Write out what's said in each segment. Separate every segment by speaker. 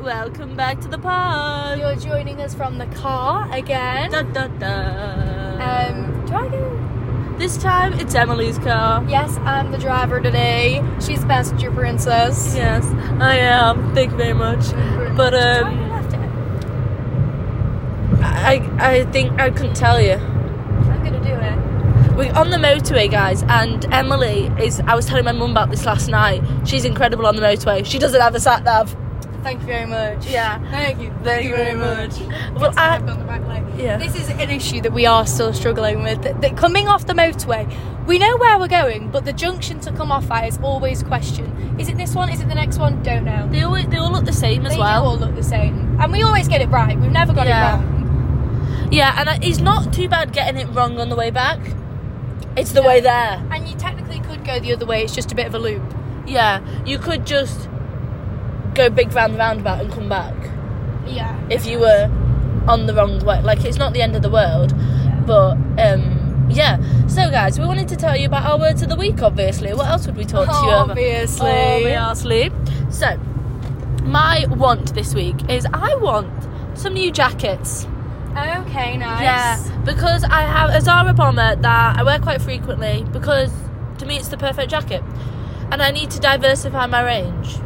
Speaker 1: Welcome back to the pod.
Speaker 2: You're joining us from the car again.
Speaker 1: Da, da, da.
Speaker 2: Um, do I go?
Speaker 1: this time it's Emily's car.
Speaker 2: Yes, I'm the driver today. She's passenger princess.
Speaker 1: Yes, I am. Thank you very much. But, um,
Speaker 2: Do I go left it?
Speaker 1: I I think I couldn't tell you.
Speaker 2: I'm gonna do it.
Speaker 1: We're on the motorway, guys, and Emily is. I was telling my mum about this last night. She's incredible on the motorway. She doesn't have a sat nav.
Speaker 2: Thank you very much.
Speaker 1: Yeah.
Speaker 2: Thank you. Thank,
Speaker 1: Well, I,
Speaker 2: on the right way.
Speaker 1: yeah.
Speaker 2: This is an issue that we are still struggling with. That, that coming off the motorway, we know where we're going, but the junction to come off at is always questioned. Is it this one? Is it the next one? Don't know.
Speaker 1: they all they all look the same as
Speaker 2: they
Speaker 1: well.
Speaker 2: do all look the same, and we always get it right. We've never got
Speaker 1: Yeah.
Speaker 2: it wrong.
Speaker 1: Yeah, and I, it's not too bad getting it wrong on the way back. It's the
Speaker 2: No.
Speaker 1: way there.
Speaker 2: And you technically could go the other way. It's just a bit of a loop.
Speaker 1: Yeah, you could just go big round the roundabout and come back
Speaker 2: Yeah.
Speaker 1: if you were on the wrong way. Like it's not the end of the world, but um, yeah. So guys, we wanted to tell you about our words of the week. Obviously, what else would Oh, we talk to you about?
Speaker 2: obviously.
Speaker 1: Obviously. So, my want this week is I want some new jackets.
Speaker 2: Okay. Nice.
Speaker 1: Yeah, because I have a Zara bomber that I wear quite frequently because to me it's the perfect jacket. And I need to diversify my range.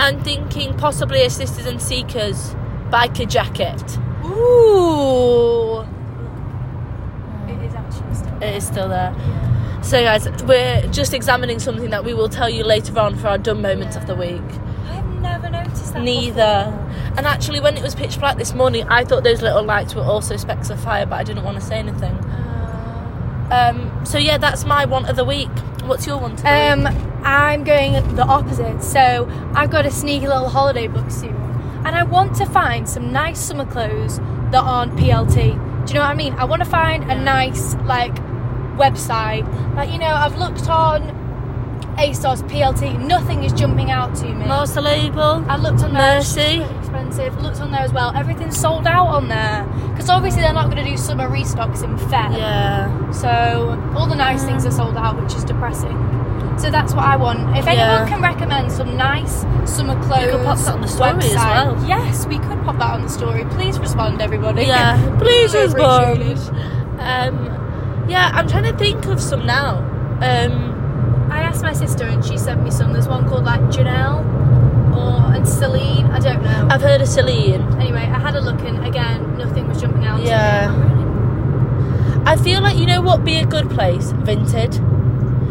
Speaker 1: I'm thinking possibly a Sisters and Seekers biker jacket.
Speaker 2: Ooh. It is actually still.
Speaker 1: It is still there. So, guys, we're just examining something that we will tell you later on for our dumb moments of the week.
Speaker 2: I've never noticed that.
Speaker 1: Neither.
Speaker 2: before.
Speaker 1: And actually, when it was pitch black this morning, I thought those little lights were also specks of fire, but I didn't want to say anything. Um, so, yeah, that's my want of the week. What's your want of the week?
Speaker 2: Um, I'm going the opposite. So I've got a sneaky little holiday book soon, and I want to find some nice summer clothes that aren't PLT. Do you know what I mean? I want to find a nice like website. Like you know, I've looked on ASOS PLT. Nothing is jumping out to me.
Speaker 1: Most label.
Speaker 2: I looked on there. it's
Speaker 1: Mercy.
Speaker 2: super Expensive. Looked on there as well. Everything's sold out on there because obviously they're not going to do summer restocks in Feb.
Speaker 1: Yeah.
Speaker 2: So all the nice things are sold out, which is depressing. So that's what I want. If
Speaker 1: Yeah.
Speaker 2: anyone can recommend some nice summer clothes,
Speaker 1: could pop that on the story as
Speaker 2: website-
Speaker 1: well.
Speaker 2: Yes, we could pop that on the story. Please respond, everybody.
Speaker 1: Yeah. Please
Speaker 2: We'll
Speaker 1: respond.
Speaker 2: appreciate it.
Speaker 1: Um, yeah, I'm trying to think of some now. Um,
Speaker 2: I asked my sister, and she sent me some. There's one called like Janelle or and Celine. I don't know.
Speaker 1: I've heard of Celine.
Speaker 2: anyway, I had a look, and again, nothing was jumping out. to me.
Speaker 1: Yeah.
Speaker 2: I'm
Speaker 1: I feel like, you know what, be a good place? Vinted.
Speaker 2: really-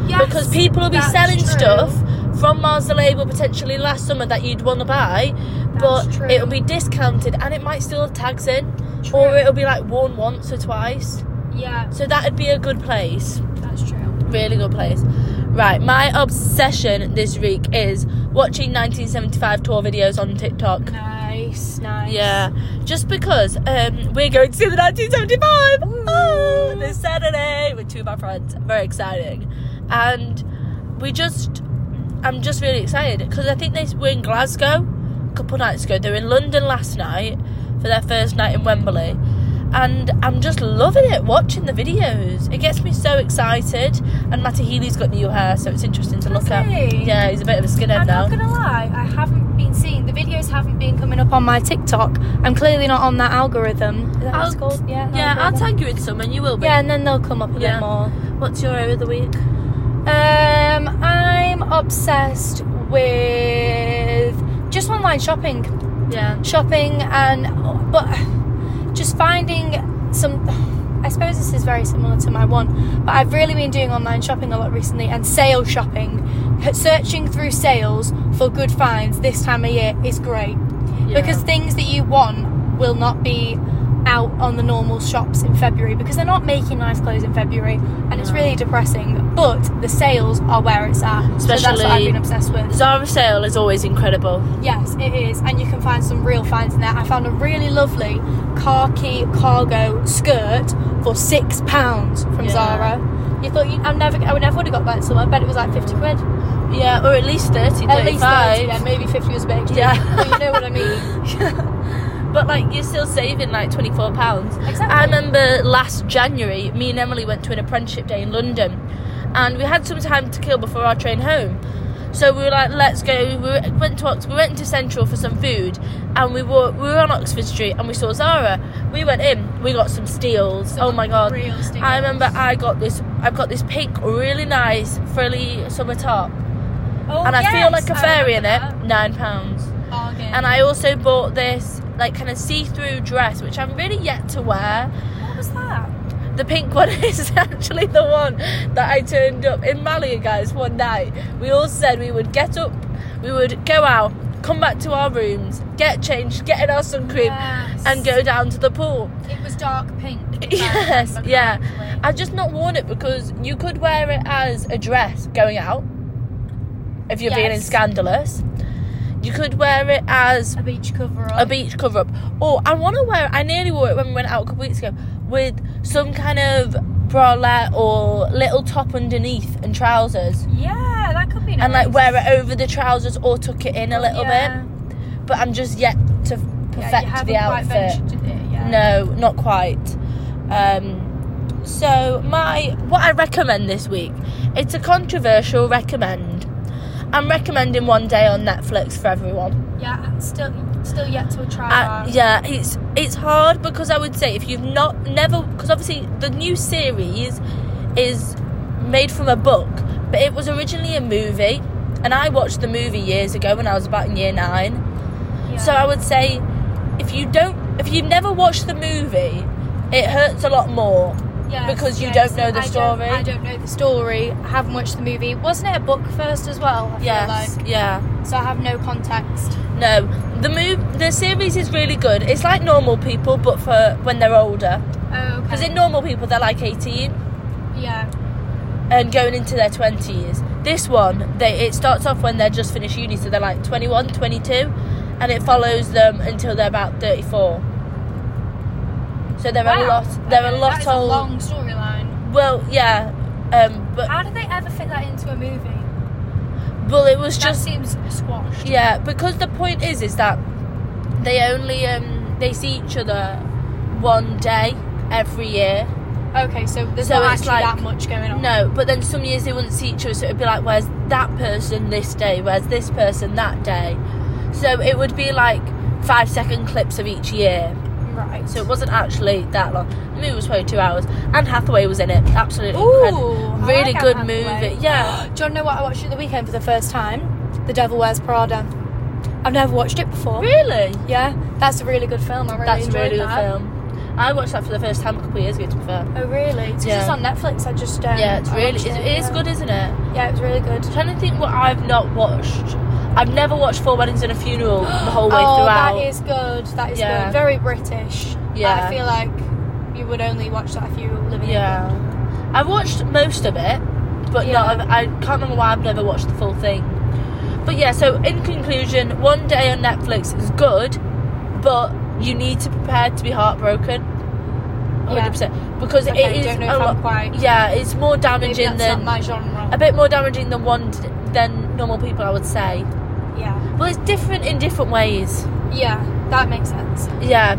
Speaker 2: Yes,
Speaker 1: because people will be
Speaker 2: that's
Speaker 1: selling
Speaker 2: true.
Speaker 1: stuff from Mars the Label potentially last summer that you'd want to buy, but
Speaker 2: true.
Speaker 1: it'll be discounted and it might still have tags in,
Speaker 2: True.
Speaker 1: or it'll be like worn once or twice.
Speaker 2: Yeah,
Speaker 1: So that'd be a good place,
Speaker 2: that's true.
Speaker 1: really good place. Right, my obsession this week is watching 1975 tour videos on TikTok.
Speaker 2: Nice, nice.
Speaker 1: Yeah, just because um, we're going to see the 1975 oh, this Saturday with two of my friends. Very exciting, and we just, I'm just really excited because I think they were in Glasgow a couple nights ago. They were in London last night for their first night in Wembley, and I'm just loving it. Watching the videos, it gets me so excited. And Matty Healy's got new hair, so it's interesting to look
Speaker 2: Has
Speaker 1: at.
Speaker 2: he?
Speaker 1: Yeah, he's a bit of a skinhead
Speaker 2: I'm
Speaker 1: now.
Speaker 2: not gonna lie, I haven't been seeing the videos haven't been coming up on my TikTok. I'm clearly not on that algorithm. Is that what it's
Speaker 1: I'll-
Speaker 2: called? Yeah.
Speaker 1: yeah, I'll
Speaker 2: algorithm.
Speaker 1: tag you in some, and you will be.
Speaker 2: Yeah, and then they'll come up a
Speaker 1: Yeah.
Speaker 2: bit more.
Speaker 1: What's your hour of the week?
Speaker 2: Um, I'm obsessed with just online shopping,
Speaker 1: Yeah.
Speaker 2: shopping, and but just finding some. I suppose this is very similar to my one, but I've really been doing online shopping a lot recently and sale shopping. Searching through sales for good finds this time of year is great. because things that you want will not be out on the normal shops in February because they're not making nice clothes in February and it's
Speaker 1: No.
Speaker 2: really depressing. But the sales are where it's at. so that's what I've
Speaker 1: Especially-
Speaker 2: been obsessed with.
Speaker 1: Zara sale is always incredible.
Speaker 2: Yes, it is. And you can find some real finds in there. I found a really lovely khaki cargo skirt for six pounds from
Speaker 1: Yeah.
Speaker 2: Zara. You thought you, I'm never, I would never would have got that summer. I bet it was like 50 quid.
Speaker 1: Yeah, or at least 30,
Speaker 2: At least 30,
Speaker 1: 35.
Speaker 2: yeah, maybe 50 was a bit extreme.
Speaker 1: Yeah.
Speaker 2: But you know what I mean.
Speaker 1: But like you're still saving like 24 pounds.
Speaker 2: Exactly.
Speaker 1: I remember last January, me and Emily went to an apprenticeship day in London, and we had some time to kill before our train home. So we were like, let's go. We went to Ox- we went into Central for some food, and we were we were on Oxford Street and we saw Zara. We went in. We got some steals. oh my god!
Speaker 2: Real steals.
Speaker 1: I remember uh, I got this. I've got this pink, really nice frilly summer top,
Speaker 2: Oh,
Speaker 1: and I feel
Speaker 2: yes,
Speaker 1: like a
Speaker 2: I
Speaker 1: fairy in it.
Speaker 2: remember
Speaker 1: Nine pounds.
Speaker 2: that. Bargain.
Speaker 1: And I also bought this like kind of see-through dress, which I'm really yet to wear.
Speaker 2: what was that?
Speaker 1: The pink one is actually the one that I turned up in Malia, guys, one night. We all said we would get up, we would go out, come back to our rooms, get changed, get in our sun cream,
Speaker 2: Yes.
Speaker 1: and go down to the pool.
Speaker 2: It was dark pink. if I
Speaker 1: Yes,
Speaker 2: remember
Speaker 1: yeah.
Speaker 2: correctly.
Speaker 1: I've just not worn it because you could wear it as a dress going out if you're being
Speaker 2: Yes.
Speaker 1: scandalous. You could wear it as
Speaker 2: A beach cover up.
Speaker 1: a beach cover up. Or I want to wear. I nearly wore it when we went out a couple weeks ago with some kind of bralette or little top underneath and trousers,
Speaker 2: Yeah, that could be nice.
Speaker 1: and like wear it over the trousers or tuck it in a little
Speaker 2: Oh, Yeah.
Speaker 1: bit. But I'm just yet to f- perfect
Speaker 2: yeah, you haven't
Speaker 1: the outfit.
Speaker 2: Quite ventured it, yeah.
Speaker 1: No, not quite. Um, so my what I recommend this week, it's a controversial recommend. I'm recommending one day on Netflix for everyone.
Speaker 2: Yeah, still, still yet to try.
Speaker 1: Uh,
Speaker 2: that.
Speaker 1: yeah, it's it's hard because I would say if you've not never because obviously the new series is made from a book, but it was originally a movie, and I watched the movie years ago when I was about in year nine.
Speaker 2: yeah.
Speaker 1: So I would say if you don't if you've never watched the movie, it hurts a lot more.
Speaker 2: Yes,
Speaker 1: because you
Speaker 2: yes,
Speaker 1: don't know the
Speaker 2: I
Speaker 1: story.
Speaker 2: I don't know the story. I haven't watched the movie. Wasn't it a book first as well? I feel
Speaker 1: Yes, yeah.
Speaker 2: like? So I have no context.
Speaker 1: No, the move the series is really good. It's like normal people, but for when they're older.
Speaker 2: Oh,
Speaker 1: Because in normal people, they're like eighteen.
Speaker 2: yeah,
Speaker 1: and going into their 20s. This one, they it starts off when they're just finished uni, so they're like 21, 22, and it follows them until they're about 34. So they're a
Speaker 2: Wow.
Speaker 1: lot. They're
Speaker 2: Okay,
Speaker 1: a lot
Speaker 2: that is
Speaker 1: old.
Speaker 2: long storyline.
Speaker 1: Well, yeah, um, but
Speaker 2: How did they ever fit that into a movie?
Speaker 1: well, it was
Speaker 2: That
Speaker 1: just
Speaker 2: seems squashed.
Speaker 1: yeah because the point is is that they only um they see each other one day every year.
Speaker 2: Okay, so there's
Speaker 1: So
Speaker 2: not
Speaker 1: it's
Speaker 2: actually
Speaker 1: like-
Speaker 2: that much going on.
Speaker 1: No, but then some years they wouldn't see each other, so it'd be like, where's that person this day? Where's this person that day? So it would be like five second clips of each year.
Speaker 2: Right.
Speaker 1: So it wasn't actually that long. The movie was probably two hours. Anne Hathaway was in it. Absolutely incredible.
Speaker 2: Ooh, I
Speaker 1: Really
Speaker 2: like
Speaker 1: good
Speaker 2: Anne Hathaway.
Speaker 1: movie. Yeah.
Speaker 2: Do you want to know what I watched at the weekend for the first time? The Devil Wears Prada. I've never watched it before.
Speaker 1: Really?
Speaker 2: Yeah, that's a really good film. I really
Speaker 1: That's a
Speaker 2: enjoyed
Speaker 1: really good
Speaker 2: that.
Speaker 1: film. I watched that for the first time a couple of years ago, to be fair.
Speaker 2: Oh really? It's 'cause
Speaker 1: Yeah.
Speaker 2: it's on Netflix. I just um,
Speaker 1: Yeah, it's
Speaker 2: I
Speaker 1: really,
Speaker 2: watched
Speaker 1: it is
Speaker 2: yeah.
Speaker 1: good, isn't it?
Speaker 2: Yeah, it was really good.
Speaker 1: I'm trying to think what I've not watched. I've never watched Four Weddings and a Funeral the whole way
Speaker 2: oh,
Speaker 1: throughout.
Speaker 2: that is good. That is
Speaker 1: Yeah.
Speaker 2: good. Very British. But
Speaker 1: Yeah.
Speaker 2: I feel like you would only watch that if you were living. in
Speaker 1: Yeah, I watched most of it, but
Speaker 2: Yeah.
Speaker 1: not. I can't remember why I've never watched the full thing. But yeah, so in conclusion, one day on Netflix is good, but you need to prepare to be heartbroken.
Speaker 2: Yeah.
Speaker 1: 100% because
Speaker 2: Okay,
Speaker 1: it is
Speaker 2: don't know
Speaker 1: a
Speaker 2: if I'm
Speaker 1: lot-
Speaker 2: quite-
Speaker 1: Yeah, it's more
Speaker 2: Maybe
Speaker 1: damaging
Speaker 2: that's not
Speaker 1: than
Speaker 2: my genre.
Speaker 1: a bit more damaging than one d- than normal people, I would say.
Speaker 2: yeah.
Speaker 1: Well, it's different in different ways.
Speaker 2: Yeah, that makes sense.
Speaker 1: Yeah.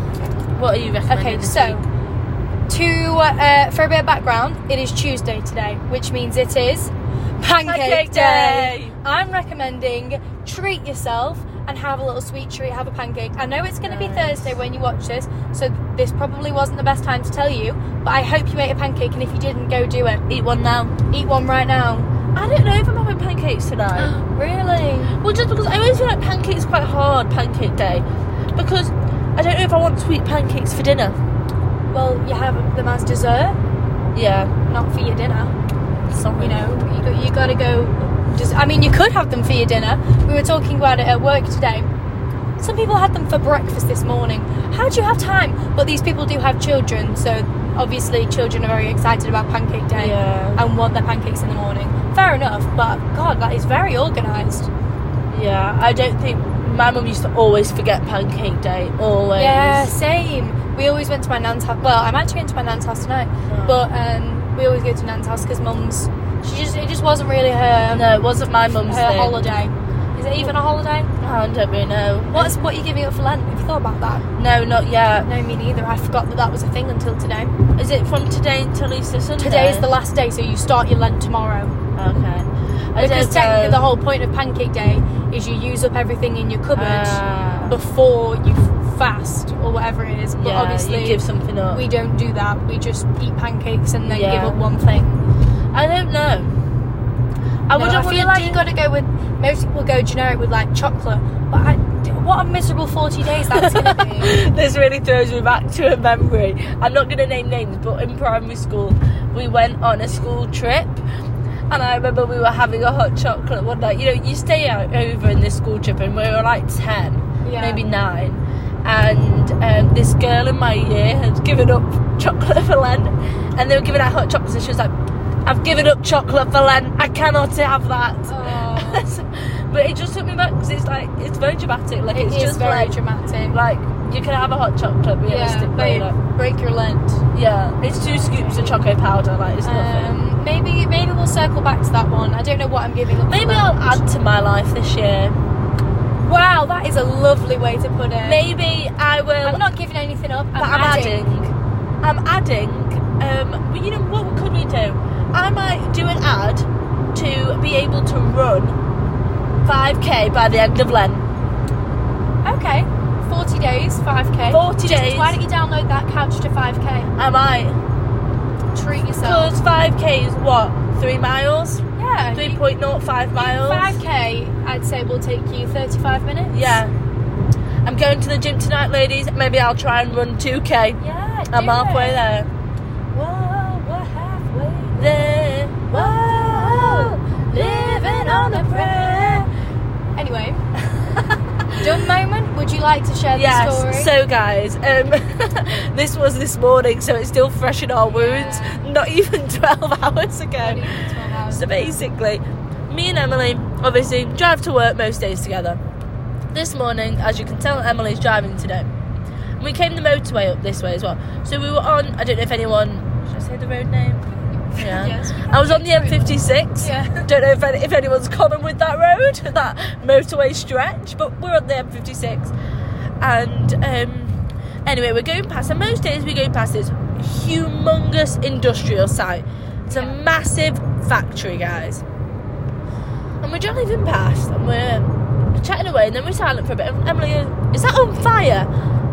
Speaker 1: What are you recommending?
Speaker 2: Okay,
Speaker 1: this
Speaker 2: so
Speaker 1: week?
Speaker 2: to uh, for a bit of background, it is Tuesday today, which means it is Pancake,
Speaker 1: Pancake
Speaker 2: Day.
Speaker 1: Day.
Speaker 2: I'm recommending treat yourself and have a little sweet treat, have a pancake. I know it's going to be
Speaker 1: Nice.
Speaker 2: Thursday when you watch this, so this probably wasn't the best time to tell you, but I hope you ate a pancake, and if you didn't, go do it.
Speaker 1: eat one now.
Speaker 2: Eat one right now.
Speaker 1: I don't know if I'm having pancakes tonight.
Speaker 2: really?
Speaker 1: Well, just because I always feel like pancakes are quite hard, pancake day. Because I don't know if I want sweet pancakes for dinner.
Speaker 2: Well, you have them as dessert,
Speaker 1: Yeah.
Speaker 2: not for your dinner.
Speaker 1: Sorry.
Speaker 2: you know, you, got, you gotta go. Just, I mean, you could have them for your dinner. We were talking about it at work today. Some people had them for breakfast this morning. How do you have time? But these people do have children, so obviously children are very excited about Pancake Day
Speaker 1: Yeah.
Speaker 2: and want their pancakes in the morning. Fair enough, but God, that is very organised.
Speaker 1: Yeah. I don't think my mum used to always forget pancake day. Always.
Speaker 2: Yeah, same. We always went to my nan's house. Well, I'm actually going to my nan's house tonight,
Speaker 1: Yeah.
Speaker 2: but um, we always go to nan's house because mum's. She just it just wasn't really her
Speaker 1: No, it wasn't my mum's
Speaker 2: her
Speaker 1: thing.
Speaker 2: holiday. Is it even a holiday?
Speaker 1: I don't really know.
Speaker 2: What's what are you giving up for Lent? Have you thought about that?
Speaker 1: No, not yet.
Speaker 2: No, me neither. I forgot that that was a thing until today.
Speaker 1: Is it from today until Easter Sunday?
Speaker 2: Today is the last day, so you start your Lent tomorrow.
Speaker 1: Okay. I
Speaker 2: Because
Speaker 1: don't
Speaker 2: technically,
Speaker 1: know.
Speaker 2: the whole point of Pancake Day is you use up everything in your cupboard
Speaker 1: Ah.
Speaker 2: before you f- fast or whatever it is. But
Speaker 1: yeah,
Speaker 2: obviously,
Speaker 1: you give something up.
Speaker 2: we don't do that. We just eat pancakes and then
Speaker 1: Yeah.
Speaker 2: give up one thing.
Speaker 1: I don't know. I
Speaker 2: No,
Speaker 1: wouldn't
Speaker 2: I
Speaker 1: want
Speaker 2: feel
Speaker 1: to
Speaker 2: like
Speaker 1: do-
Speaker 2: you got to go with most people go generic with like chocolate, but I, what a miserable forty days that's gonna be.
Speaker 1: this really throws me back to a memory. I'm not going to name names, but in primary school, we went on a school trip. And I remember we were having a hot chocolate one night. You know, you stay out over in this school trip, and we were like 10,
Speaker 2: Yeah.
Speaker 1: maybe 9. And um, this girl in my year had given up chocolate for Lent. And they were giving out hot chocolates, and she was like, I've given up chocolate for Lent. I cannot have that.
Speaker 2: Oh.
Speaker 1: but it just took me back because it's like, it's very dramatic. Like, it's
Speaker 2: it's
Speaker 1: just
Speaker 2: very
Speaker 1: like,
Speaker 2: dramatic.
Speaker 1: like you can have a hot chocolate
Speaker 2: yeah,
Speaker 1: realistically.
Speaker 2: babe,
Speaker 1: like,
Speaker 2: break your lent.
Speaker 1: yeah, it's two scoops of chocolate powder. Like it's nothing.
Speaker 2: Um, maybe maybe we'll circle back to that one. I don't know what I'm giving up. for
Speaker 1: Maybe
Speaker 2: Lent.
Speaker 1: I'll add to my life this year.
Speaker 2: Wow, that is a lovely way to put it.
Speaker 1: Maybe I will.
Speaker 2: I'm not giving anything up.
Speaker 1: but I'm adding. I'm adding. Um, well, you know what could we do? I might do an ad to be able to run 5k by the end of Lent.
Speaker 2: Okay, 40 days, 5k.
Speaker 1: 40
Speaker 2: Just-
Speaker 1: days.
Speaker 2: Why don't you download that couch to 5k?
Speaker 1: I might.
Speaker 2: Treat yourself.
Speaker 1: Because 5k is what? Three miles?
Speaker 2: Yeah. you-
Speaker 1: 3.05 miles?
Speaker 2: 5k, I'd say, will take you 35 minutes.
Speaker 1: Yeah. I'm going to the gym tonight, ladies. Maybe I'll try and run 2k.
Speaker 2: Yeah.
Speaker 1: I'm
Speaker 2: do
Speaker 1: halfway
Speaker 2: it.
Speaker 1: there.
Speaker 2: Whoa, we're halfway.
Speaker 1: There.
Speaker 2: Whoa, living on a prayer. Anyway, dumb moment. Would you like to share the story?
Speaker 1: Yes. So, guys, um, this was this morning, so it's still fresh in our wounds.
Speaker 2: Yeah.
Speaker 1: Not even 12 hours ago.
Speaker 2: Not even 12 hours.
Speaker 1: So basically, me and Emily obviously drive to work most days together. This morning, as you can tell, Emily's driving today. We came the motorway up this way as well. So we were on, I don't know if anyone, should I say the road name? Yeah.
Speaker 2: Yes.
Speaker 1: I was on the M56.
Speaker 2: Yeah.
Speaker 1: Don't know if, any, if anyone's common with that road, that motorway stretch, but we're on the M56. And um, anyway, we're going past, and most days we go past this humongous industrial site. It's a
Speaker 2: Yeah.
Speaker 1: massive factory, guys. And we're driving past, and we're chatting away, and then we're silent for a bit. And Emily goes, Is that on fire?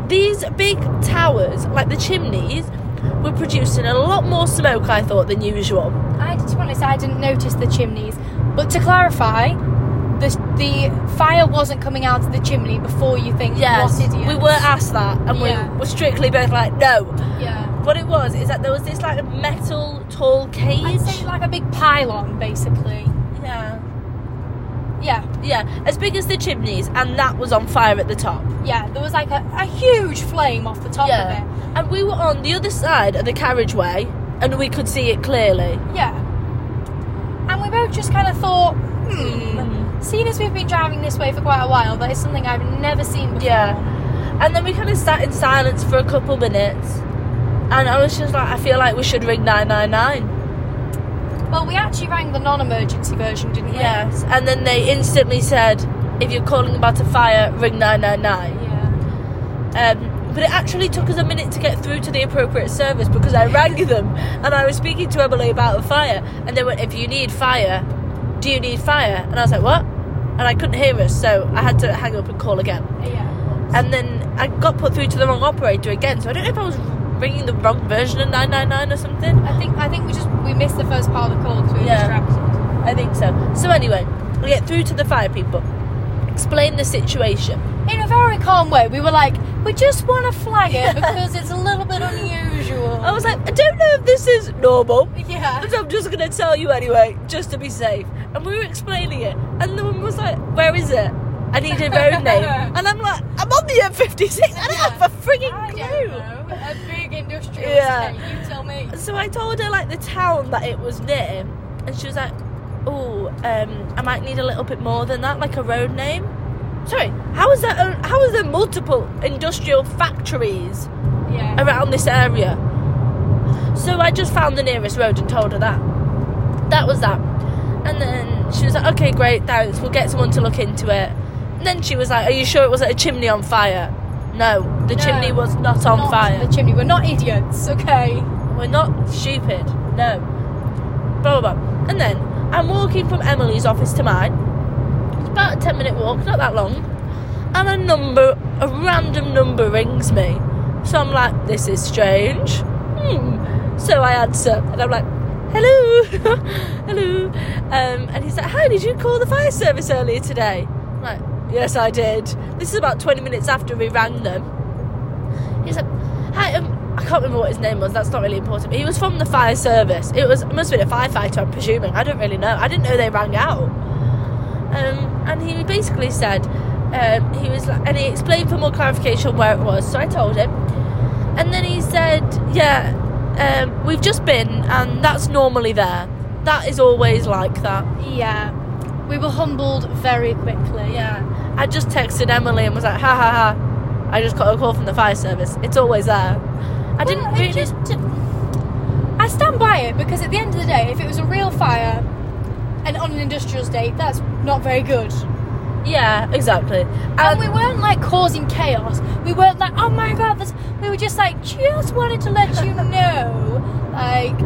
Speaker 1: These big towers, like the chimneys, were producing a lot more smoke, I thought, than usual.
Speaker 2: I, to be honest, I didn't notice the chimneys. But to clarify, the, the fire wasn't coming out of the chimney before you think,
Speaker 1: Yes,
Speaker 2: what idiots.
Speaker 1: we were asked that, and
Speaker 2: Yeah.
Speaker 1: we were strictly both like, no.
Speaker 2: Yeah.
Speaker 1: What it was is that there was this like metal tall cage.
Speaker 2: I'd say like a big pylon, basically.
Speaker 1: yeah,
Speaker 2: Yeah,
Speaker 1: yeah, as big as the chimneys, and that was on fire at the top.
Speaker 2: yeah. There was like a, a huge flame off the top
Speaker 1: yeah,
Speaker 2: of
Speaker 1: and we were on the other side of the carriageway, and we could see it clearly.
Speaker 2: it. Yeah. And we both just kind of thought, hmm. Seeing as we've been driving this way for quite a while, that is something I've never seen before.
Speaker 1: Yeah, and then we kind of sat in silence for a couple minutes, and I was just like, I feel like we should ring nine nine nine.
Speaker 2: Well, we actually rang the non-emergency version, didn't we?
Speaker 1: Yes, and then they instantly said, if you're calling about a fire, ring nine nine nine.
Speaker 2: Yeah.
Speaker 1: Um, but it actually took us a minute to get through to the appropriate service because I rang them and I was speaking to Emily about a fire, and they went, "If you need fire, do you need fire?" And I was like, "What?" And I couldn't hear us, so I had to hang up and call again.
Speaker 2: Yeah.
Speaker 1: And then I got put through to the wrong operator again, so I don't know if I was ringing the wrong version of nine nine nine or something.
Speaker 2: I think I think we just we missed the first part of the call because we were
Speaker 1: Yeah.
Speaker 2: distracted.
Speaker 1: I think so. So anyway, we get through to the fire people, explain the situation.
Speaker 2: In a very calm way, we were like, we just want to flag it because it's a little bit unusual.
Speaker 1: I was like, I don't know if this is normal.
Speaker 2: yeah.
Speaker 1: And I'm just gonna tell you anyway, just to be safe. And we were explaining it, and the woman was like, "Where is it? I need a road name." And I'm like, "I'm on the M56. I don't
Speaker 2: Yeah.
Speaker 1: have a frigging
Speaker 2: I don't
Speaker 1: clue."
Speaker 2: know. A big industrial
Speaker 1: Yeah.
Speaker 2: estate, You tell me.
Speaker 1: So I told her like the town that it was near, and she was like, "Oh, um, I might need a little bit more than that, like a road name." Sorry, how is that? o- How is there multiple industrial factories
Speaker 2: Yeah.
Speaker 1: around this area? So I just found the nearest road and told her that. that was that. And then she was like, okay, great, thanks. We'll get someone to look into it. And then she was like, are you sure it wasn't a chimney on fire? No, the
Speaker 2: No,
Speaker 1: chimney was not on
Speaker 2: Not
Speaker 1: fire.
Speaker 2: The chimney. We're not idiots, okay?
Speaker 1: We're not stupid. No. Blah, blah, blah. And then I'm walking from Emily's office to mine. It's about a 10 minute walk, not that long. And a number, a random number rings me. So I'm like, this is strange. Hmm. So I answer, and I'm like, hello, hello. Um, and he's like, hi, did you call the fire service earlier today? I'm like, yes, I did. This is about 20 minutes after we rang them. He's like, hi, um, I can't remember what his name was. That's not really important. But he was from the fire service. It was it must have been a firefighter. I'm presuming. I don't really know. I didn't know they rang out. Um, and he basically said um, he was like, and he explained for more clarification where it was. So I told him, and then he said, yeah, um, we've just been, and that's normally there. That is always like that.
Speaker 2: Yeah. We were humbled very quickly.
Speaker 1: Yeah. I just texted Emily and was like, ha ha ha. I just got a call from the fire service. It's always there. I didn't
Speaker 2: Well, it
Speaker 1: really.
Speaker 2: just- I stand by it because at the end of the day, if it was a real fire and on an industrial estate, that's not very good.
Speaker 1: Yeah, exactly.
Speaker 2: and
Speaker 1: Um,
Speaker 2: we weren't like causing chaos. We weren't like, oh my god, this. We were just like, just wanted to let you know, like,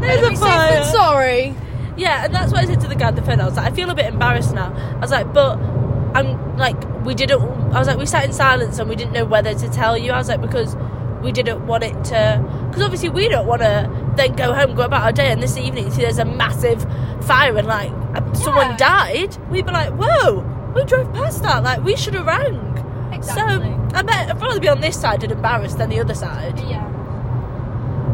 Speaker 1: There's
Speaker 2: we're
Speaker 1: a fire.
Speaker 2: sorry.
Speaker 1: Yeah, and that's what I said to the guy on the phone. I was like, I feel a bit embarrassed now. I was like, but I'm like, we didn't. I was like, we sat in silence and we didn't know whether to tell you. I was like, because we didn't want it to. Because obviously, we don't want to then go home, go about our day, and this evening see there's a massive fire and like a- someone
Speaker 2: Yeah.
Speaker 1: died. We'd be like, whoa, we drove past that. Like, we should have rang. So I bet I'd rather be on this side and embarrassed than the other side.
Speaker 2: yeah,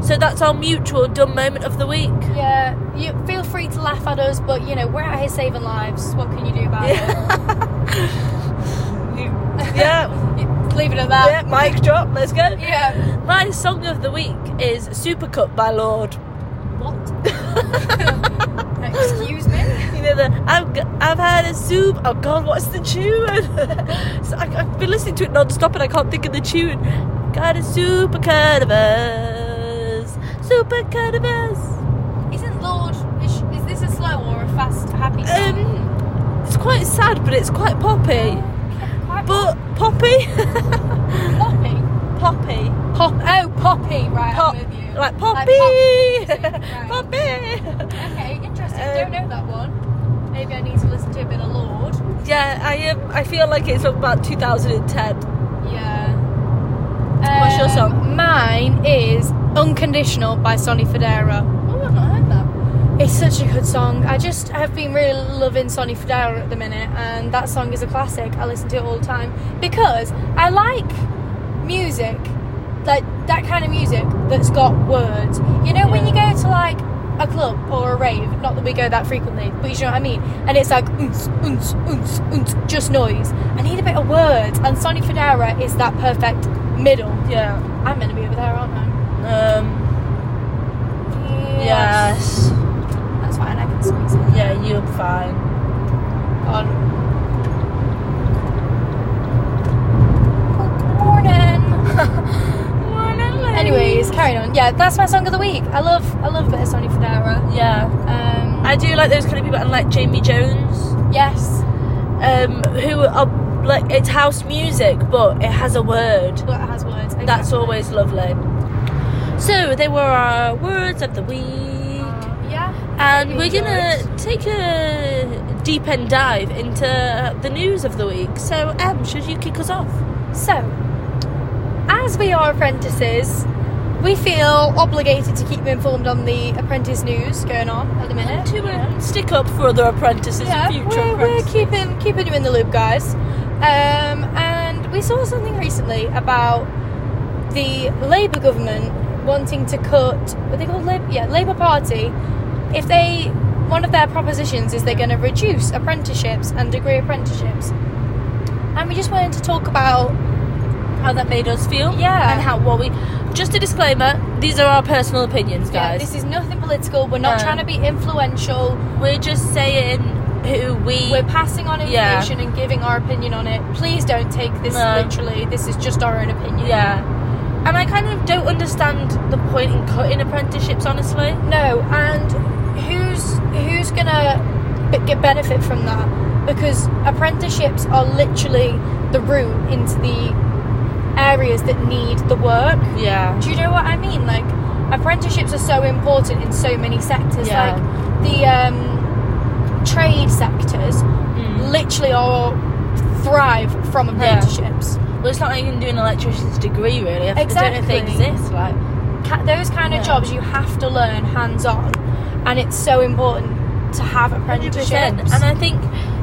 Speaker 1: So that's our mutual dumb moment of the week.
Speaker 2: yeah. You feel free to laugh at us, but you know we're out here saving lives. What can you do about
Speaker 1: yeah.
Speaker 2: it? Leave it at
Speaker 1: Yeah,
Speaker 2: that.
Speaker 1: mic drop, let's go.
Speaker 2: Yeah.
Speaker 1: My song of the week is Supercut by Lord.
Speaker 2: What? Excuse me.
Speaker 1: You know, the I've, g- I've had a soup. Oh god, what's the tune? so I, I've been listening to it non stop and I can't think of the tune. Got a supercut of us. Supercut of us.
Speaker 2: Isn't Lord? Is, sh- is this a slow or a fast happy song?
Speaker 1: Um, it's quite sad, but it's quite poppy.
Speaker 2: Quite
Speaker 1: But poppy?
Speaker 2: poppy.
Speaker 1: poppy.
Speaker 2: Pop. Oh, poppy. Right.
Speaker 1: Pop.
Speaker 2: I'm with you.
Speaker 1: Like
Speaker 2: pop-
Speaker 1: poppy.
Speaker 2: Right.
Speaker 1: poppy.
Speaker 2: Okay, interesting.
Speaker 1: Um,
Speaker 2: Don't know that one. Maybe I need to listen to a bit of Lord.
Speaker 1: Yeah, I Um, I feel like it's from about 2010.
Speaker 2: Yeah. Um,
Speaker 1: What's your song?
Speaker 2: Mine is Unconditional by Sonny Federa.
Speaker 1: Oh, I've not heard that.
Speaker 2: It's such a good song. I just have been really loving Sonny Federa at the minute, and that song is a classic. I listen to it all the time because I like music, like that kind of music that's got words. You know, when you
Speaker 1: Yeah.
Speaker 2: go to like a club or a rave, not that we go that frequently, but you know what I mean? And it's like, unz, unz, unz, unz, just noise. I need a bit of words, and Sonny Federa is that perfect middle.
Speaker 1: Yeah.
Speaker 2: I'm gonna be over there, aren't I?
Speaker 1: Um, yes.
Speaker 2: That's fine, I can squeeze it.
Speaker 1: Yeah, you're fine.
Speaker 2: God. Good morning. Anyways, carrying on. Yeah, that's my song of the week. I love I love a bit of Sonny Federa.
Speaker 1: Yeah.
Speaker 2: Um
Speaker 1: I do like those kind of people and like Jamie Jones,
Speaker 2: yes.
Speaker 1: um, who are like, it's house music, but it has a word.
Speaker 2: But it has words. Exactly.
Speaker 1: That's always lovely. So, they were our words of the week.
Speaker 2: yeah.
Speaker 1: And we're
Speaker 2: Really
Speaker 1: gonna take a deep end dive into the news of the week. So, Em, should you kick us off?
Speaker 2: So as we are apprentices, we feel obligated to keep you informed on the apprentice news going on at the minute.
Speaker 1: To uh, stick up for other apprentices
Speaker 2: yeah,
Speaker 1: and future
Speaker 2: we're, we're
Speaker 1: apprentices.
Speaker 2: keeping keeping you in the loop, guys. Um, and we saw something recently about the Labour government wanting to cut. What they call Labour? Yeah, Labour Party. If they one of their propositions is they're going to reduce apprenticeships and degree apprenticeships, and we just wanted to talk about
Speaker 1: how that made us feel.
Speaker 2: Yeah.
Speaker 1: And how what we just a disclaimer, these are our personal opinions,
Speaker 2: yeah,
Speaker 1: guys.
Speaker 2: this is nothing political. We're not
Speaker 1: No.
Speaker 2: trying to be influential.
Speaker 1: we're just saying who we
Speaker 2: We're passing on
Speaker 1: Yeah.
Speaker 2: information and giving our opinion on it. Please don't take this
Speaker 1: No.
Speaker 2: literally. This is just our own opinion.
Speaker 1: Yeah. And I kind of don't understand the point in cutting apprenticeships, honestly.
Speaker 2: No, and who's who's gonna b- get benefit from that? Because apprenticeships are literally the route into the areas that need the work.
Speaker 1: Yeah.
Speaker 2: Do you know what I mean? Like apprenticeships are so important in so many sectors.
Speaker 1: Yeah.
Speaker 2: Like the um, trade sectors
Speaker 1: Mm.
Speaker 2: literally all thrive from apprenticeships.
Speaker 1: Well, it's not like you can do an electrician's degree, really. I don't know if
Speaker 2: Exactly.
Speaker 1: they exist. Like,
Speaker 2: Ca- those kind
Speaker 1: Yeah.
Speaker 2: of jobs you have to learn hands on, and it's so important to have apprenticeships.
Speaker 1: 100%. And I think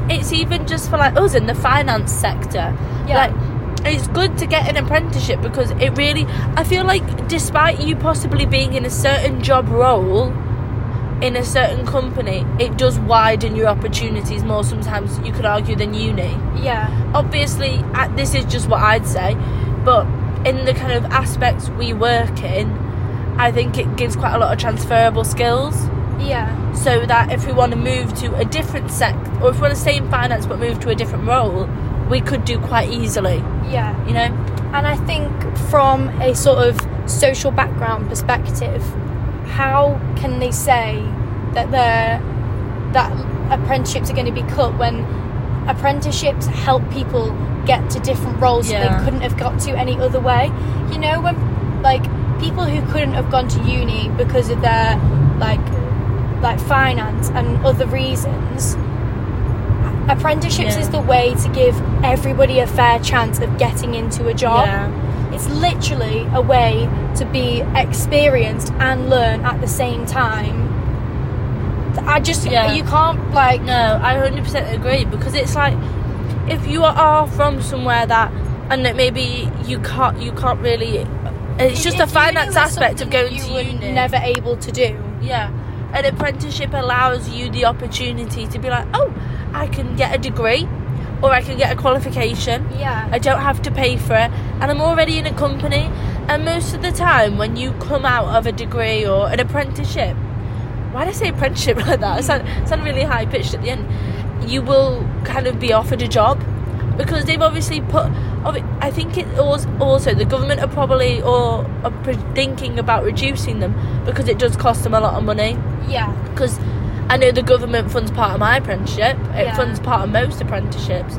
Speaker 1: it's even just for like us in the finance sector.
Speaker 2: Yeah.
Speaker 1: Like, it's good to get an apprenticeship because it really, I feel like, despite you possibly being in a certain job role in a certain company, it does widen your opportunities more sometimes, you could argue, than uni.
Speaker 2: yeah,
Speaker 1: Obviously, uh, this is just what I'd say, but in the kind of aspects we work in, I think it gives quite a lot of transferable skills
Speaker 2: yeah,
Speaker 1: so that if we want to move to a different sector or if we want to stay in finance but move to a different role we could do quite easily
Speaker 2: yeah.
Speaker 1: you know
Speaker 2: And I think from a sort of social background perspective, how can they say that they're, that apprenticeships are going to be cut when apprenticeships help people get to different roles that
Speaker 1: Yeah.
Speaker 2: they couldn't have got to any other way? You know, when like people who couldn't have gone to uni because of their like like finance and other reasons apprenticeships
Speaker 1: Yeah.
Speaker 2: is the way to give everybody a fair chance of getting into a job it's literally a way to be experienced and learn at the same time i just
Speaker 1: Yeah.
Speaker 2: you can't like
Speaker 1: no i 100% agree because it's like if you are from somewhere that and that maybe you can't you can't really it's
Speaker 2: if-
Speaker 1: just
Speaker 2: if
Speaker 1: a finance
Speaker 2: uni was
Speaker 1: aspect of
Speaker 2: something
Speaker 1: going
Speaker 2: you
Speaker 1: to
Speaker 2: were
Speaker 1: uni
Speaker 2: never able to do
Speaker 1: yeah an apprenticeship allows you the opportunity to be like oh i can get a degree or i can get a qualification
Speaker 2: yeah
Speaker 1: I don't have to pay for it, and I'm already in a company. And most of the time, when you come out of a degree or an apprenticeship, why did I say apprenticeship like that? It sound, sound really high pitched at the end. You will kind of be offered a job because they've obviously put. of it- I think it als- also the government are probably or are pre- thinking about reducing them because it does cost them a lot of money
Speaker 2: yeah
Speaker 1: because I know the government funds part of my apprenticeship. It
Speaker 2: Yeah.
Speaker 1: funds part of most apprenticeships.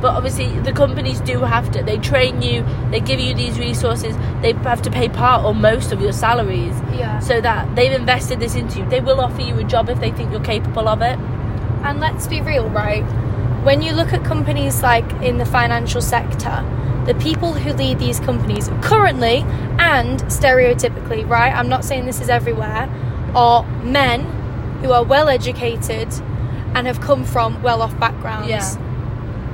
Speaker 1: But obviously, the companies do have to. They train you. They give you these resources. They have to pay part or most of your salaries,
Speaker 2: yeah
Speaker 1: so that they've invested this into you. They will offer you a job if they think you're capable of it.
Speaker 2: And let's be real, right? When you look at companies like in the financial sector, the people who lead these companies currently and stereotypically, right? I'm not saying this is everywhere, are men who are well educated and have come from well off backgrounds.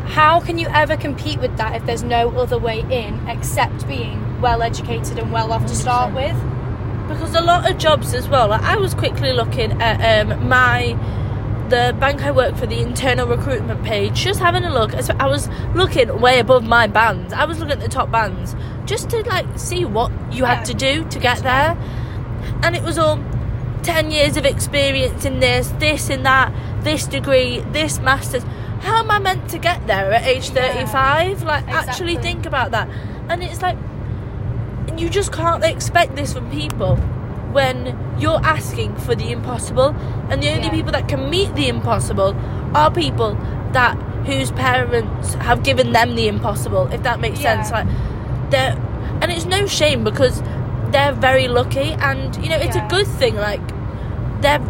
Speaker 2: How can you ever compete with that if there's no other way in except being well educated and well off to start
Speaker 1: 100%.
Speaker 2: with?
Speaker 1: because a lot of jobs as well. Like I was quickly looking at um, my the bank I work for, the internal recruitment page, just having a look. So I was looking way above my bands. I was looking at the top bands just to like see what you had
Speaker 2: Yeah.
Speaker 1: to do to get there, and it was all. 10 years of experience in this, this and that, this degree, this master's. How am I meant to get there at age
Speaker 2: Yeah.
Speaker 1: 35? Like, actually
Speaker 2: Exactly.
Speaker 1: think about that. And it's like, you just can't expect this from people when you're asking for the impossible and the only
Speaker 2: Yeah.
Speaker 1: people that can meet the impossible are people that whose parents have given them the impossible if that makes
Speaker 2: Yeah.
Speaker 1: sense like they're and it's no shame because they're very lucky and you know it's
Speaker 2: Yeah.
Speaker 1: a good thing like they're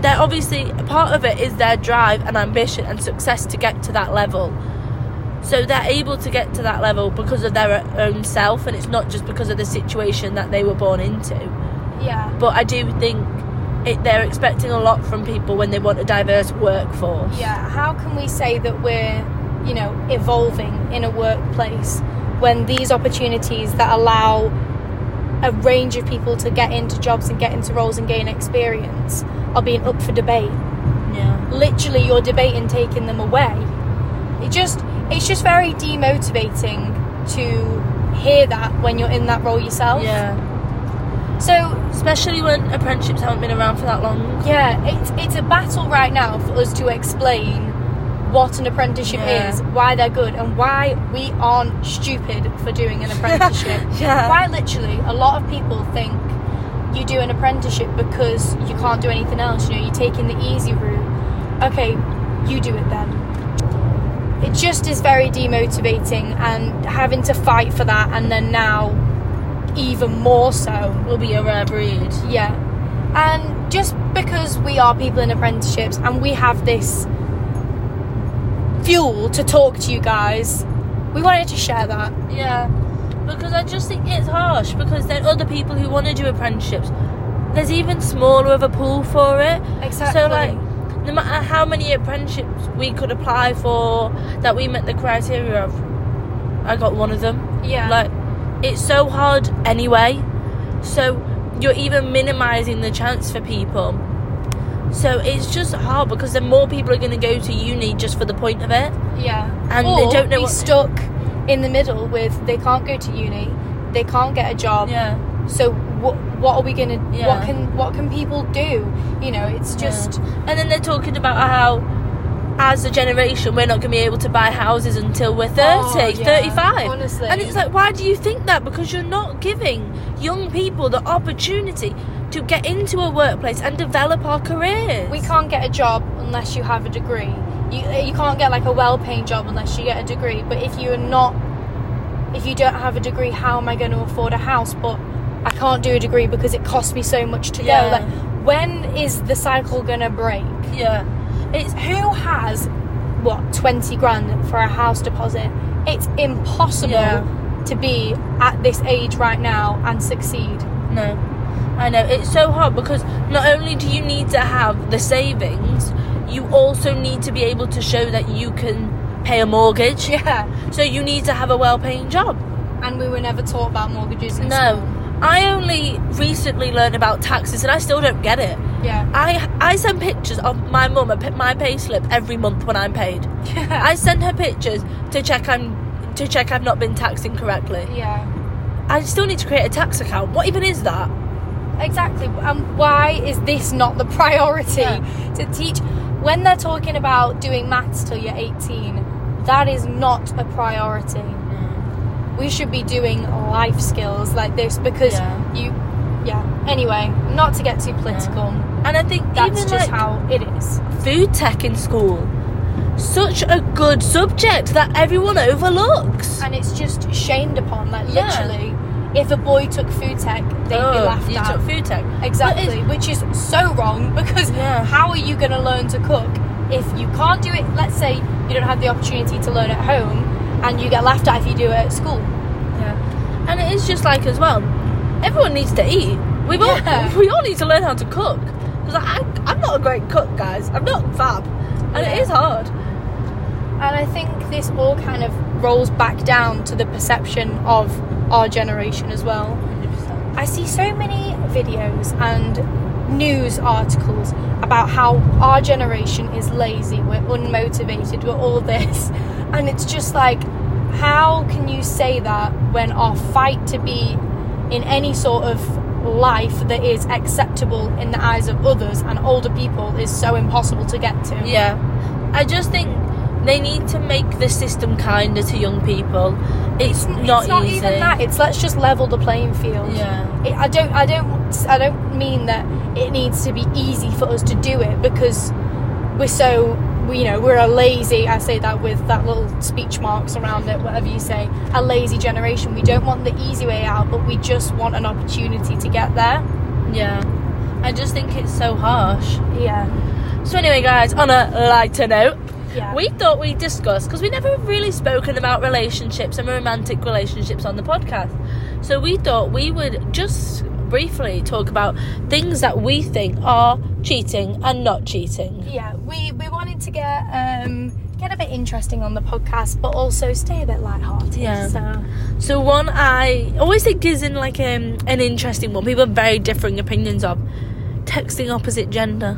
Speaker 1: they're obviously part of it is their drive and ambition and success to get to that level so they're able to get to that level because of their own self and it's not just because of the situation that they were born into
Speaker 2: Yeah.
Speaker 1: but I do think it, they're expecting a lot from people when they want a diverse workforce.
Speaker 2: Yeah, how can we say that we're, you know, evolving in a workplace when these opportunities that allow a range of people to get into jobs and get into roles and gain experience are being up for debate?
Speaker 1: yeah,
Speaker 2: Literally, you're debating taking them away. It just, it's just very demotivating to hear that when you're in that role yourself.
Speaker 1: yeah.
Speaker 2: So
Speaker 1: Especially when apprenticeships haven't been around for that long.
Speaker 2: Yeah, it's it's a battle right now for us to explain what an apprenticeship
Speaker 1: Yeah.
Speaker 2: is, why they're good, and why we aren't stupid for doing an apprenticeship.
Speaker 1: Yeah.
Speaker 2: Why literally a lot of people think you do an apprenticeship because you can't do anything else. You know, you're taking the easy route. Okay, you do it then. It just is very demotivating, and having to fight for that, and then now even more so
Speaker 1: We'll be a rare breed.
Speaker 2: yeah. And just because we are people in apprenticeships and we have this fuel to talk to you guys, we wanted to share that.
Speaker 1: Yeah, because I just think it's harsh because then other people who want to do apprenticeships, there's even smaller of a pool for it.
Speaker 2: Exactly.
Speaker 1: So like, no matter how many apprenticeships we could apply for that we met the criteria of, I got one of them.
Speaker 2: yeah,
Speaker 1: Like, it's so hard anyway. So you're even minimising the chance for people. So it's just hard because then more people are going to go to uni just for the point of it.
Speaker 2: yeah,
Speaker 1: and
Speaker 2: or
Speaker 1: they don't know
Speaker 2: be
Speaker 1: what-
Speaker 2: stuck in the middle with they can't go to uni, they can't get a job.
Speaker 1: Yeah.
Speaker 2: So what what are we gonna?
Speaker 1: Yeah.
Speaker 2: What can what can people do? You know, it's
Speaker 1: Yeah.
Speaker 2: just
Speaker 1: And then they're talking about how, as a generation, we're not going to be able to buy houses until we're 30,
Speaker 2: Oh, yeah,
Speaker 1: 35.
Speaker 2: Honestly,
Speaker 1: And it's like, why do you think that? Because you're not giving young people the opportunity to get into a workplace and develop our careers.
Speaker 2: we can't get a job unless you have a degree. You you can't get like a well-paying job unless you get a degree. But if you're not, if you don't have a degree, how am I going to afford a house? But I can't do a degree because it costs me so much to
Speaker 1: Yeah.
Speaker 2: go. Like, when is the cycle going to break?
Speaker 1: Yeah.
Speaker 2: It's who has what twenty grand for a house deposit? It's impossible
Speaker 1: Yeah.
Speaker 2: to be at this age right now and succeed.
Speaker 1: No. I know. It's so hard because not only do you need to have the savings, you also need to be able to show that you can pay a mortgage.
Speaker 2: Yeah,
Speaker 1: So you need to have a well paying job.
Speaker 2: and we were never taught about mortgages. In
Speaker 1: No. I only recently learned about taxes and I still don't get it.
Speaker 2: school. Yeah.
Speaker 1: I I send pictures of my mum a pi- my payslip every month when I'm paid.
Speaker 2: Yeah.
Speaker 1: I send her pictures to check I'm to check I've not been taxed incorrectly.
Speaker 2: yeah.
Speaker 1: I still need to create a tax account. What even is that?
Speaker 2: Exactly. And why is this not the priority
Speaker 1: Yeah.
Speaker 2: to teach? When they're talking about doing maths till you're 18, that is not a priority. We should be doing life skills like this because
Speaker 1: Yeah.
Speaker 2: you, yeah. Anyway, not to get too political.
Speaker 1: And I think
Speaker 2: That's
Speaker 1: even
Speaker 2: just
Speaker 1: like
Speaker 2: how it is.
Speaker 1: food tech in school, such a good subject that everyone overlooks.
Speaker 2: And it's just shamed upon. Like,
Speaker 1: Yeah.
Speaker 2: literally, if a boy took food tech, they'd be
Speaker 1: Oh,
Speaker 2: laughed
Speaker 1: you
Speaker 2: at.
Speaker 1: took food tech.
Speaker 2: Exactly, which is so wrong because
Speaker 1: Yeah.
Speaker 2: how are you going to learn to cook if you can't do it? Let's say you don't have the opportunity to learn at home and you get laughed at if you do it at school.
Speaker 1: Yeah. And it is just like as well, everyone needs to eat. We've
Speaker 2: Yeah.
Speaker 1: all we all need to learn how to cook because I I'm not a great cook, guys. I'm not fab, and
Speaker 2: Yeah.
Speaker 1: it is hard.
Speaker 2: And I think this all kind of rolls back down to the perception of our generation as well. I see so many videos and news articles about how our generation is lazy, we're unmotivated, we're all this. And it's just like, how can you say that when our fight to be in any sort of life that is acceptable in the eyes of others and older people is so impossible to get to?
Speaker 1: Yeah, I just think they need to make the system kinder to young people. It's, not
Speaker 2: it's not
Speaker 1: easy.
Speaker 2: even that. It's let's just level the playing field.
Speaker 1: Yeah,
Speaker 2: it, I don't I don't I don't mean that it needs to be easy for us to do it because we're so we, you know we're a lazy I say that with that little speech marks around it whatever you say a lazy generation we don't want the easy way out but we just want an opportunity to get there
Speaker 1: yeah. I just think it's so harsh.
Speaker 2: yeah
Speaker 1: So anyway, guys, on a lighter note,
Speaker 2: yeah
Speaker 1: we thought we'd discuss because we never really spoken about relationships and romantic relationships on the podcast. So we thought we would just briefly talk about things that we think are cheating and not cheating.
Speaker 2: yeah we we wanted to get um get a bit interesting on the podcast but also stay a bit light-hearted
Speaker 1: Yeah.
Speaker 2: so
Speaker 1: So one I always think is in like um, an interesting one. People have very differing opinions of texting opposite gender.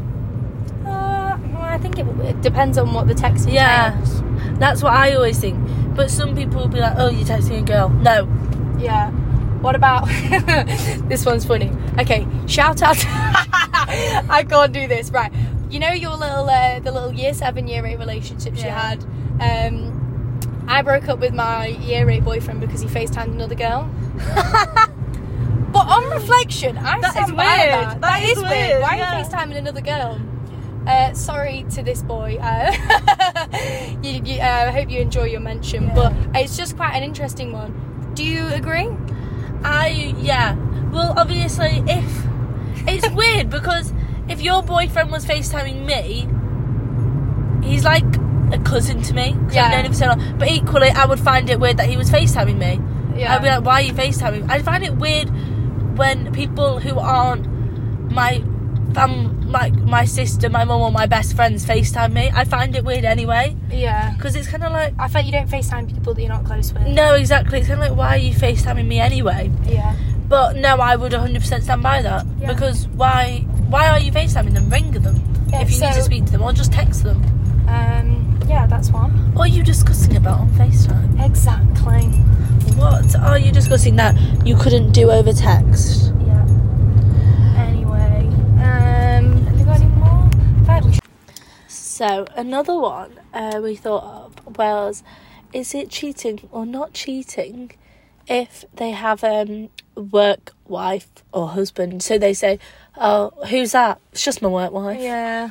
Speaker 2: uh, well, I think it, it depends on what the text is
Speaker 1: Yeah, that's what I always think. But some people will be like, "Oh, you're texting a girl." No,
Speaker 2: Yeah. What about this one's funny? Okay, shout out. I can't do this. Right. You know your little uh, the little year seven year eight relationships
Speaker 1: Yeah.
Speaker 2: you had. Um, I broke up with my year eight boyfriend because he FaceTimed another girl. but on reflection, I
Speaker 1: That
Speaker 2: stand
Speaker 1: is
Speaker 2: by
Speaker 1: weird. That
Speaker 2: That, that is,
Speaker 1: is
Speaker 2: weird.
Speaker 1: weird,
Speaker 2: Why are
Speaker 1: yeah.
Speaker 2: you FaceTiming another girl? Uh, sorry to this boy. Uh, you, you, uh, I hope you enjoy your mention,
Speaker 1: Yeah.
Speaker 2: but it's just quite an interesting one. Do you agree?
Speaker 1: I yeah. Well, obviously, if it's weird because if your boyfriend was FaceTiming me, he's like a cousin to me. 'cause
Speaker 2: Yeah.
Speaker 1: I've known him for so long. But equally, I would find it weird that he was FaceTiming me.
Speaker 2: Yeah.
Speaker 1: I'd be like, why are you FaceTiming? I find it weird when people who aren't my fam, like my sister, my mum, or my best friends FaceTime me. I find it weird anyway.
Speaker 2: yeah.
Speaker 1: Because it's kind of like,
Speaker 2: I felt you don't FaceTime people that you're not close with.
Speaker 1: no, exactly. It's kind of like, why are you FaceTiming me anyway?
Speaker 2: Yeah.
Speaker 1: But no, I would 100% stand by that.
Speaker 2: Yeah.
Speaker 1: Because why why are you FaceTiming them? Ring them
Speaker 2: Yeah,
Speaker 1: if you need
Speaker 2: so-
Speaker 1: to speak to them, or just text them.
Speaker 2: Um, yeah, that's one.
Speaker 1: What are you discussing about on FaceTime?
Speaker 2: Exactly.
Speaker 1: What are you discussing that you couldn't do over text?
Speaker 2: Yeah. Anyway. Um, have you got any more? If I had, we should-
Speaker 1: So, another one uh, we thought of was is it cheating or not cheating if they have um work wife or husband? So they say, oh, who's that? It's just my work wife.
Speaker 2: Yeah.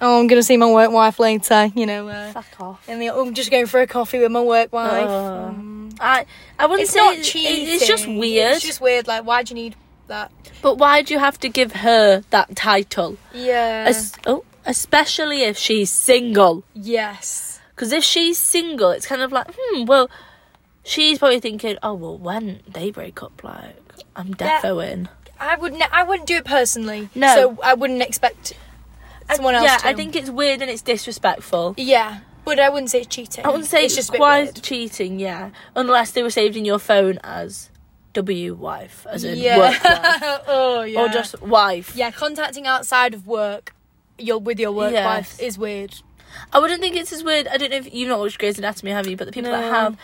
Speaker 2: Oh, I'm gonna see my work wife later. You know. Uh,
Speaker 1: Fuck off.
Speaker 2: in the, I'm just going for a coffee with my work wife.
Speaker 1: Oh.
Speaker 2: Mm.
Speaker 1: I I wouldn't
Speaker 2: It's
Speaker 1: say
Speaker 2: not
Speaker 1: it-
Speaker 2: cheating.
Speaker 1: It's just weird.
Speaker 2: It's just weird. Like, why do you need that?
Speaker 1: But why do you have to give her that title?
Speaker 2: Yeah.
Speaker 1: Es- oh, especially if she's single.
Speaker 2: yes.
Speaker 1: Because if she's single, it's kind of like, hmm, well, she's probably thinking, oh, well, when they break up, like, I'm
Speaker 2: Yeah.
Speaker 1: defo in.
Speaker 2: I wouldn't. I wouldn't do it personally.
Speaker 1: No.
Speaker 2: So I wouldn't expect someone
Speaker 1: I-
Speaker 2: else.
Speaker 1: Yeah,
Speaker 2: to.
Speaker 1: I think it's weird and it's disrespectful.
Speaker 2: Yeah, but I wouldn't say it's cheating.
Speaker 1: I wouldn't say
Speaker 2: it's
Speaker 1: it's
Speaker 2: just a bit
Speaker 1: quite
Speaker 2: weird.
Speaker 1: cheating, yeah. Unless they were saved in your phone as W wife, as in
Speaker 2: Yeah.
Speaker 1: work wife.
Speaker 2: oh yeah.
Speaker 1: Or just wife.
Speaker 2: yeah, contacting outside of work, your with your work
Speaker 1: Yes.
Speaker 2: wife is weird.
Speaker 1: I wouldn't think it's as weird. I don't know if you've not watched Grey's Anatomy, have you? But the people
Speaker 2: No.
Speaker 1: that have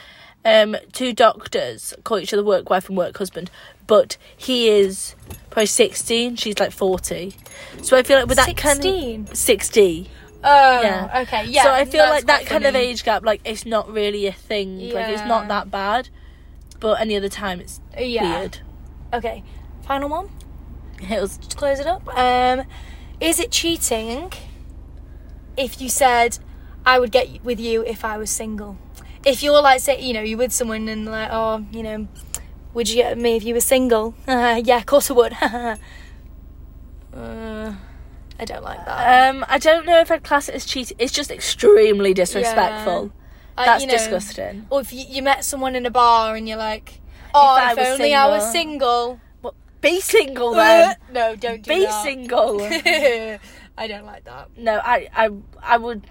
Speaker 1: um, two doctors call each other work wife and work husband, but he is probably 16, she's like 40. So I feel like with that kind
Speaker 2: 16?
Speaker 1: of. 60.
Speaker 2: Oh,
Speaker 1: Yeah.
Speaker 2: okay, yeah.
Speaker 1: so I feel
Speaker 2: that's
Speaker 1: like that
Speaker 2: quite
Speaker 1: kind of
Speaker 2: funny.
Speaker 1: age gap, like it's not really a thing. Like it's
Speaker 2: Yeah.
Speaker 1: not that bad, but any other time it's
Speaker 2: Yeah.
Speaker 1: weird.
Speaker 2: Okay, final one
Speaker 1: It was
Speaker 2: to close it up. Um, is it cheating if you said I would get with you if I was single? If you're like, say, you know, you're with someone and like, oh, you know, would you get with me if you were single? Uh, yeah, of course I would. Uh, I don't like that.
Speaker 1: Um, I don't know if I'd class it as cheating. It's just extremely disrespectful.
Speaker 2: Uh,
Speaker 1: That's
Speaker 2: you know,
Speaker 1: disgusting.
Speaker 2: Or if you, you met someone in a bar and you're like, oh,
Speaker 1: I
Speaker 2: if,
Speaker 1: was
Speaker 2: only I was single.
Speaker 1: Well, be single then.
Speaker 2: no, don't do
Speaker 1: be
Speaker 2: that.
Speaker 1: single.
Speaker 2: I don't like that.
Speaker 1: no, I, I, I would.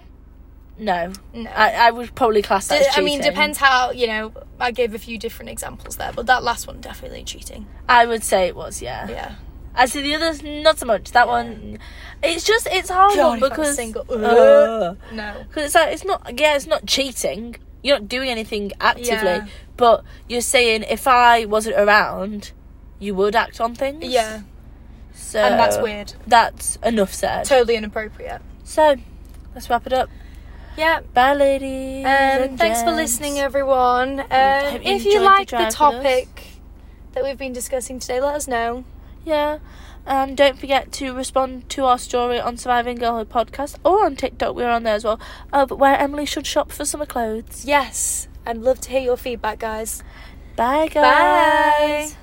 Speaker 1: No,
Speaker 2: No.
Speaker 1: I, I would probably class that.
Speaker 2: D-
Speaker 1: as
Speaker 2: I mean,
Speaker 1: cheating.
Speaker 2: depends how, you know, I gave a few different examples there, but that last one definitely cheating.
Speaker 1: I would say it was, yeah.
Speaker 2: Yeah.
Speaker 1: I see the others, not so much. That one, it's just it's a hard
Speaker 2: God,
Speaker 1: one
Speaker 2: if I was
Speaker 1: because
Speaker 2: single-
Speaker 1: Ugh.
Speaker 2: No.
Speaker 1: 'Cause it's like it's not. Yeah, it's not cheating. You're not doing anything actively,
Speaker 2: Yeah.
Speaker 1: but you're saying if I wasn't around, you would act on things.
Speaker 2: Yeah.
Speaker 1: So
Speaker 2: and that's weird.
Speaker 1: That's enough said.
Speaker 2: Totally inappropriate.
Speaker 1: So let's wrap it up.
Speaker 2: Yeah.
Speaker 1: Bye, ladies.
Speaker 2: Um,
Speaker 1: and
Speaker 2: thanks for
Speaker 1: gents.
Speaker 2: listening, everyone. Um,
Speaker 1: hope you
Speaker 2: if you
Speaker 1: enjoyed the
Speaker 2: like the,
Speaker 1: drive with us.
Speaker 2: topic that we've been discussing today, let us know.
Speaker 1: Yeah. And don't forget to respond to our story on Surviving Girlhood podcast or on TikTok. We're on there as well. Of where Emily should shop for summer clothes.
Speaker 2: Yes. I'd love to hear your feedback, guys.
Speaker 1: Bye, guys.
Speaker 2: Bye.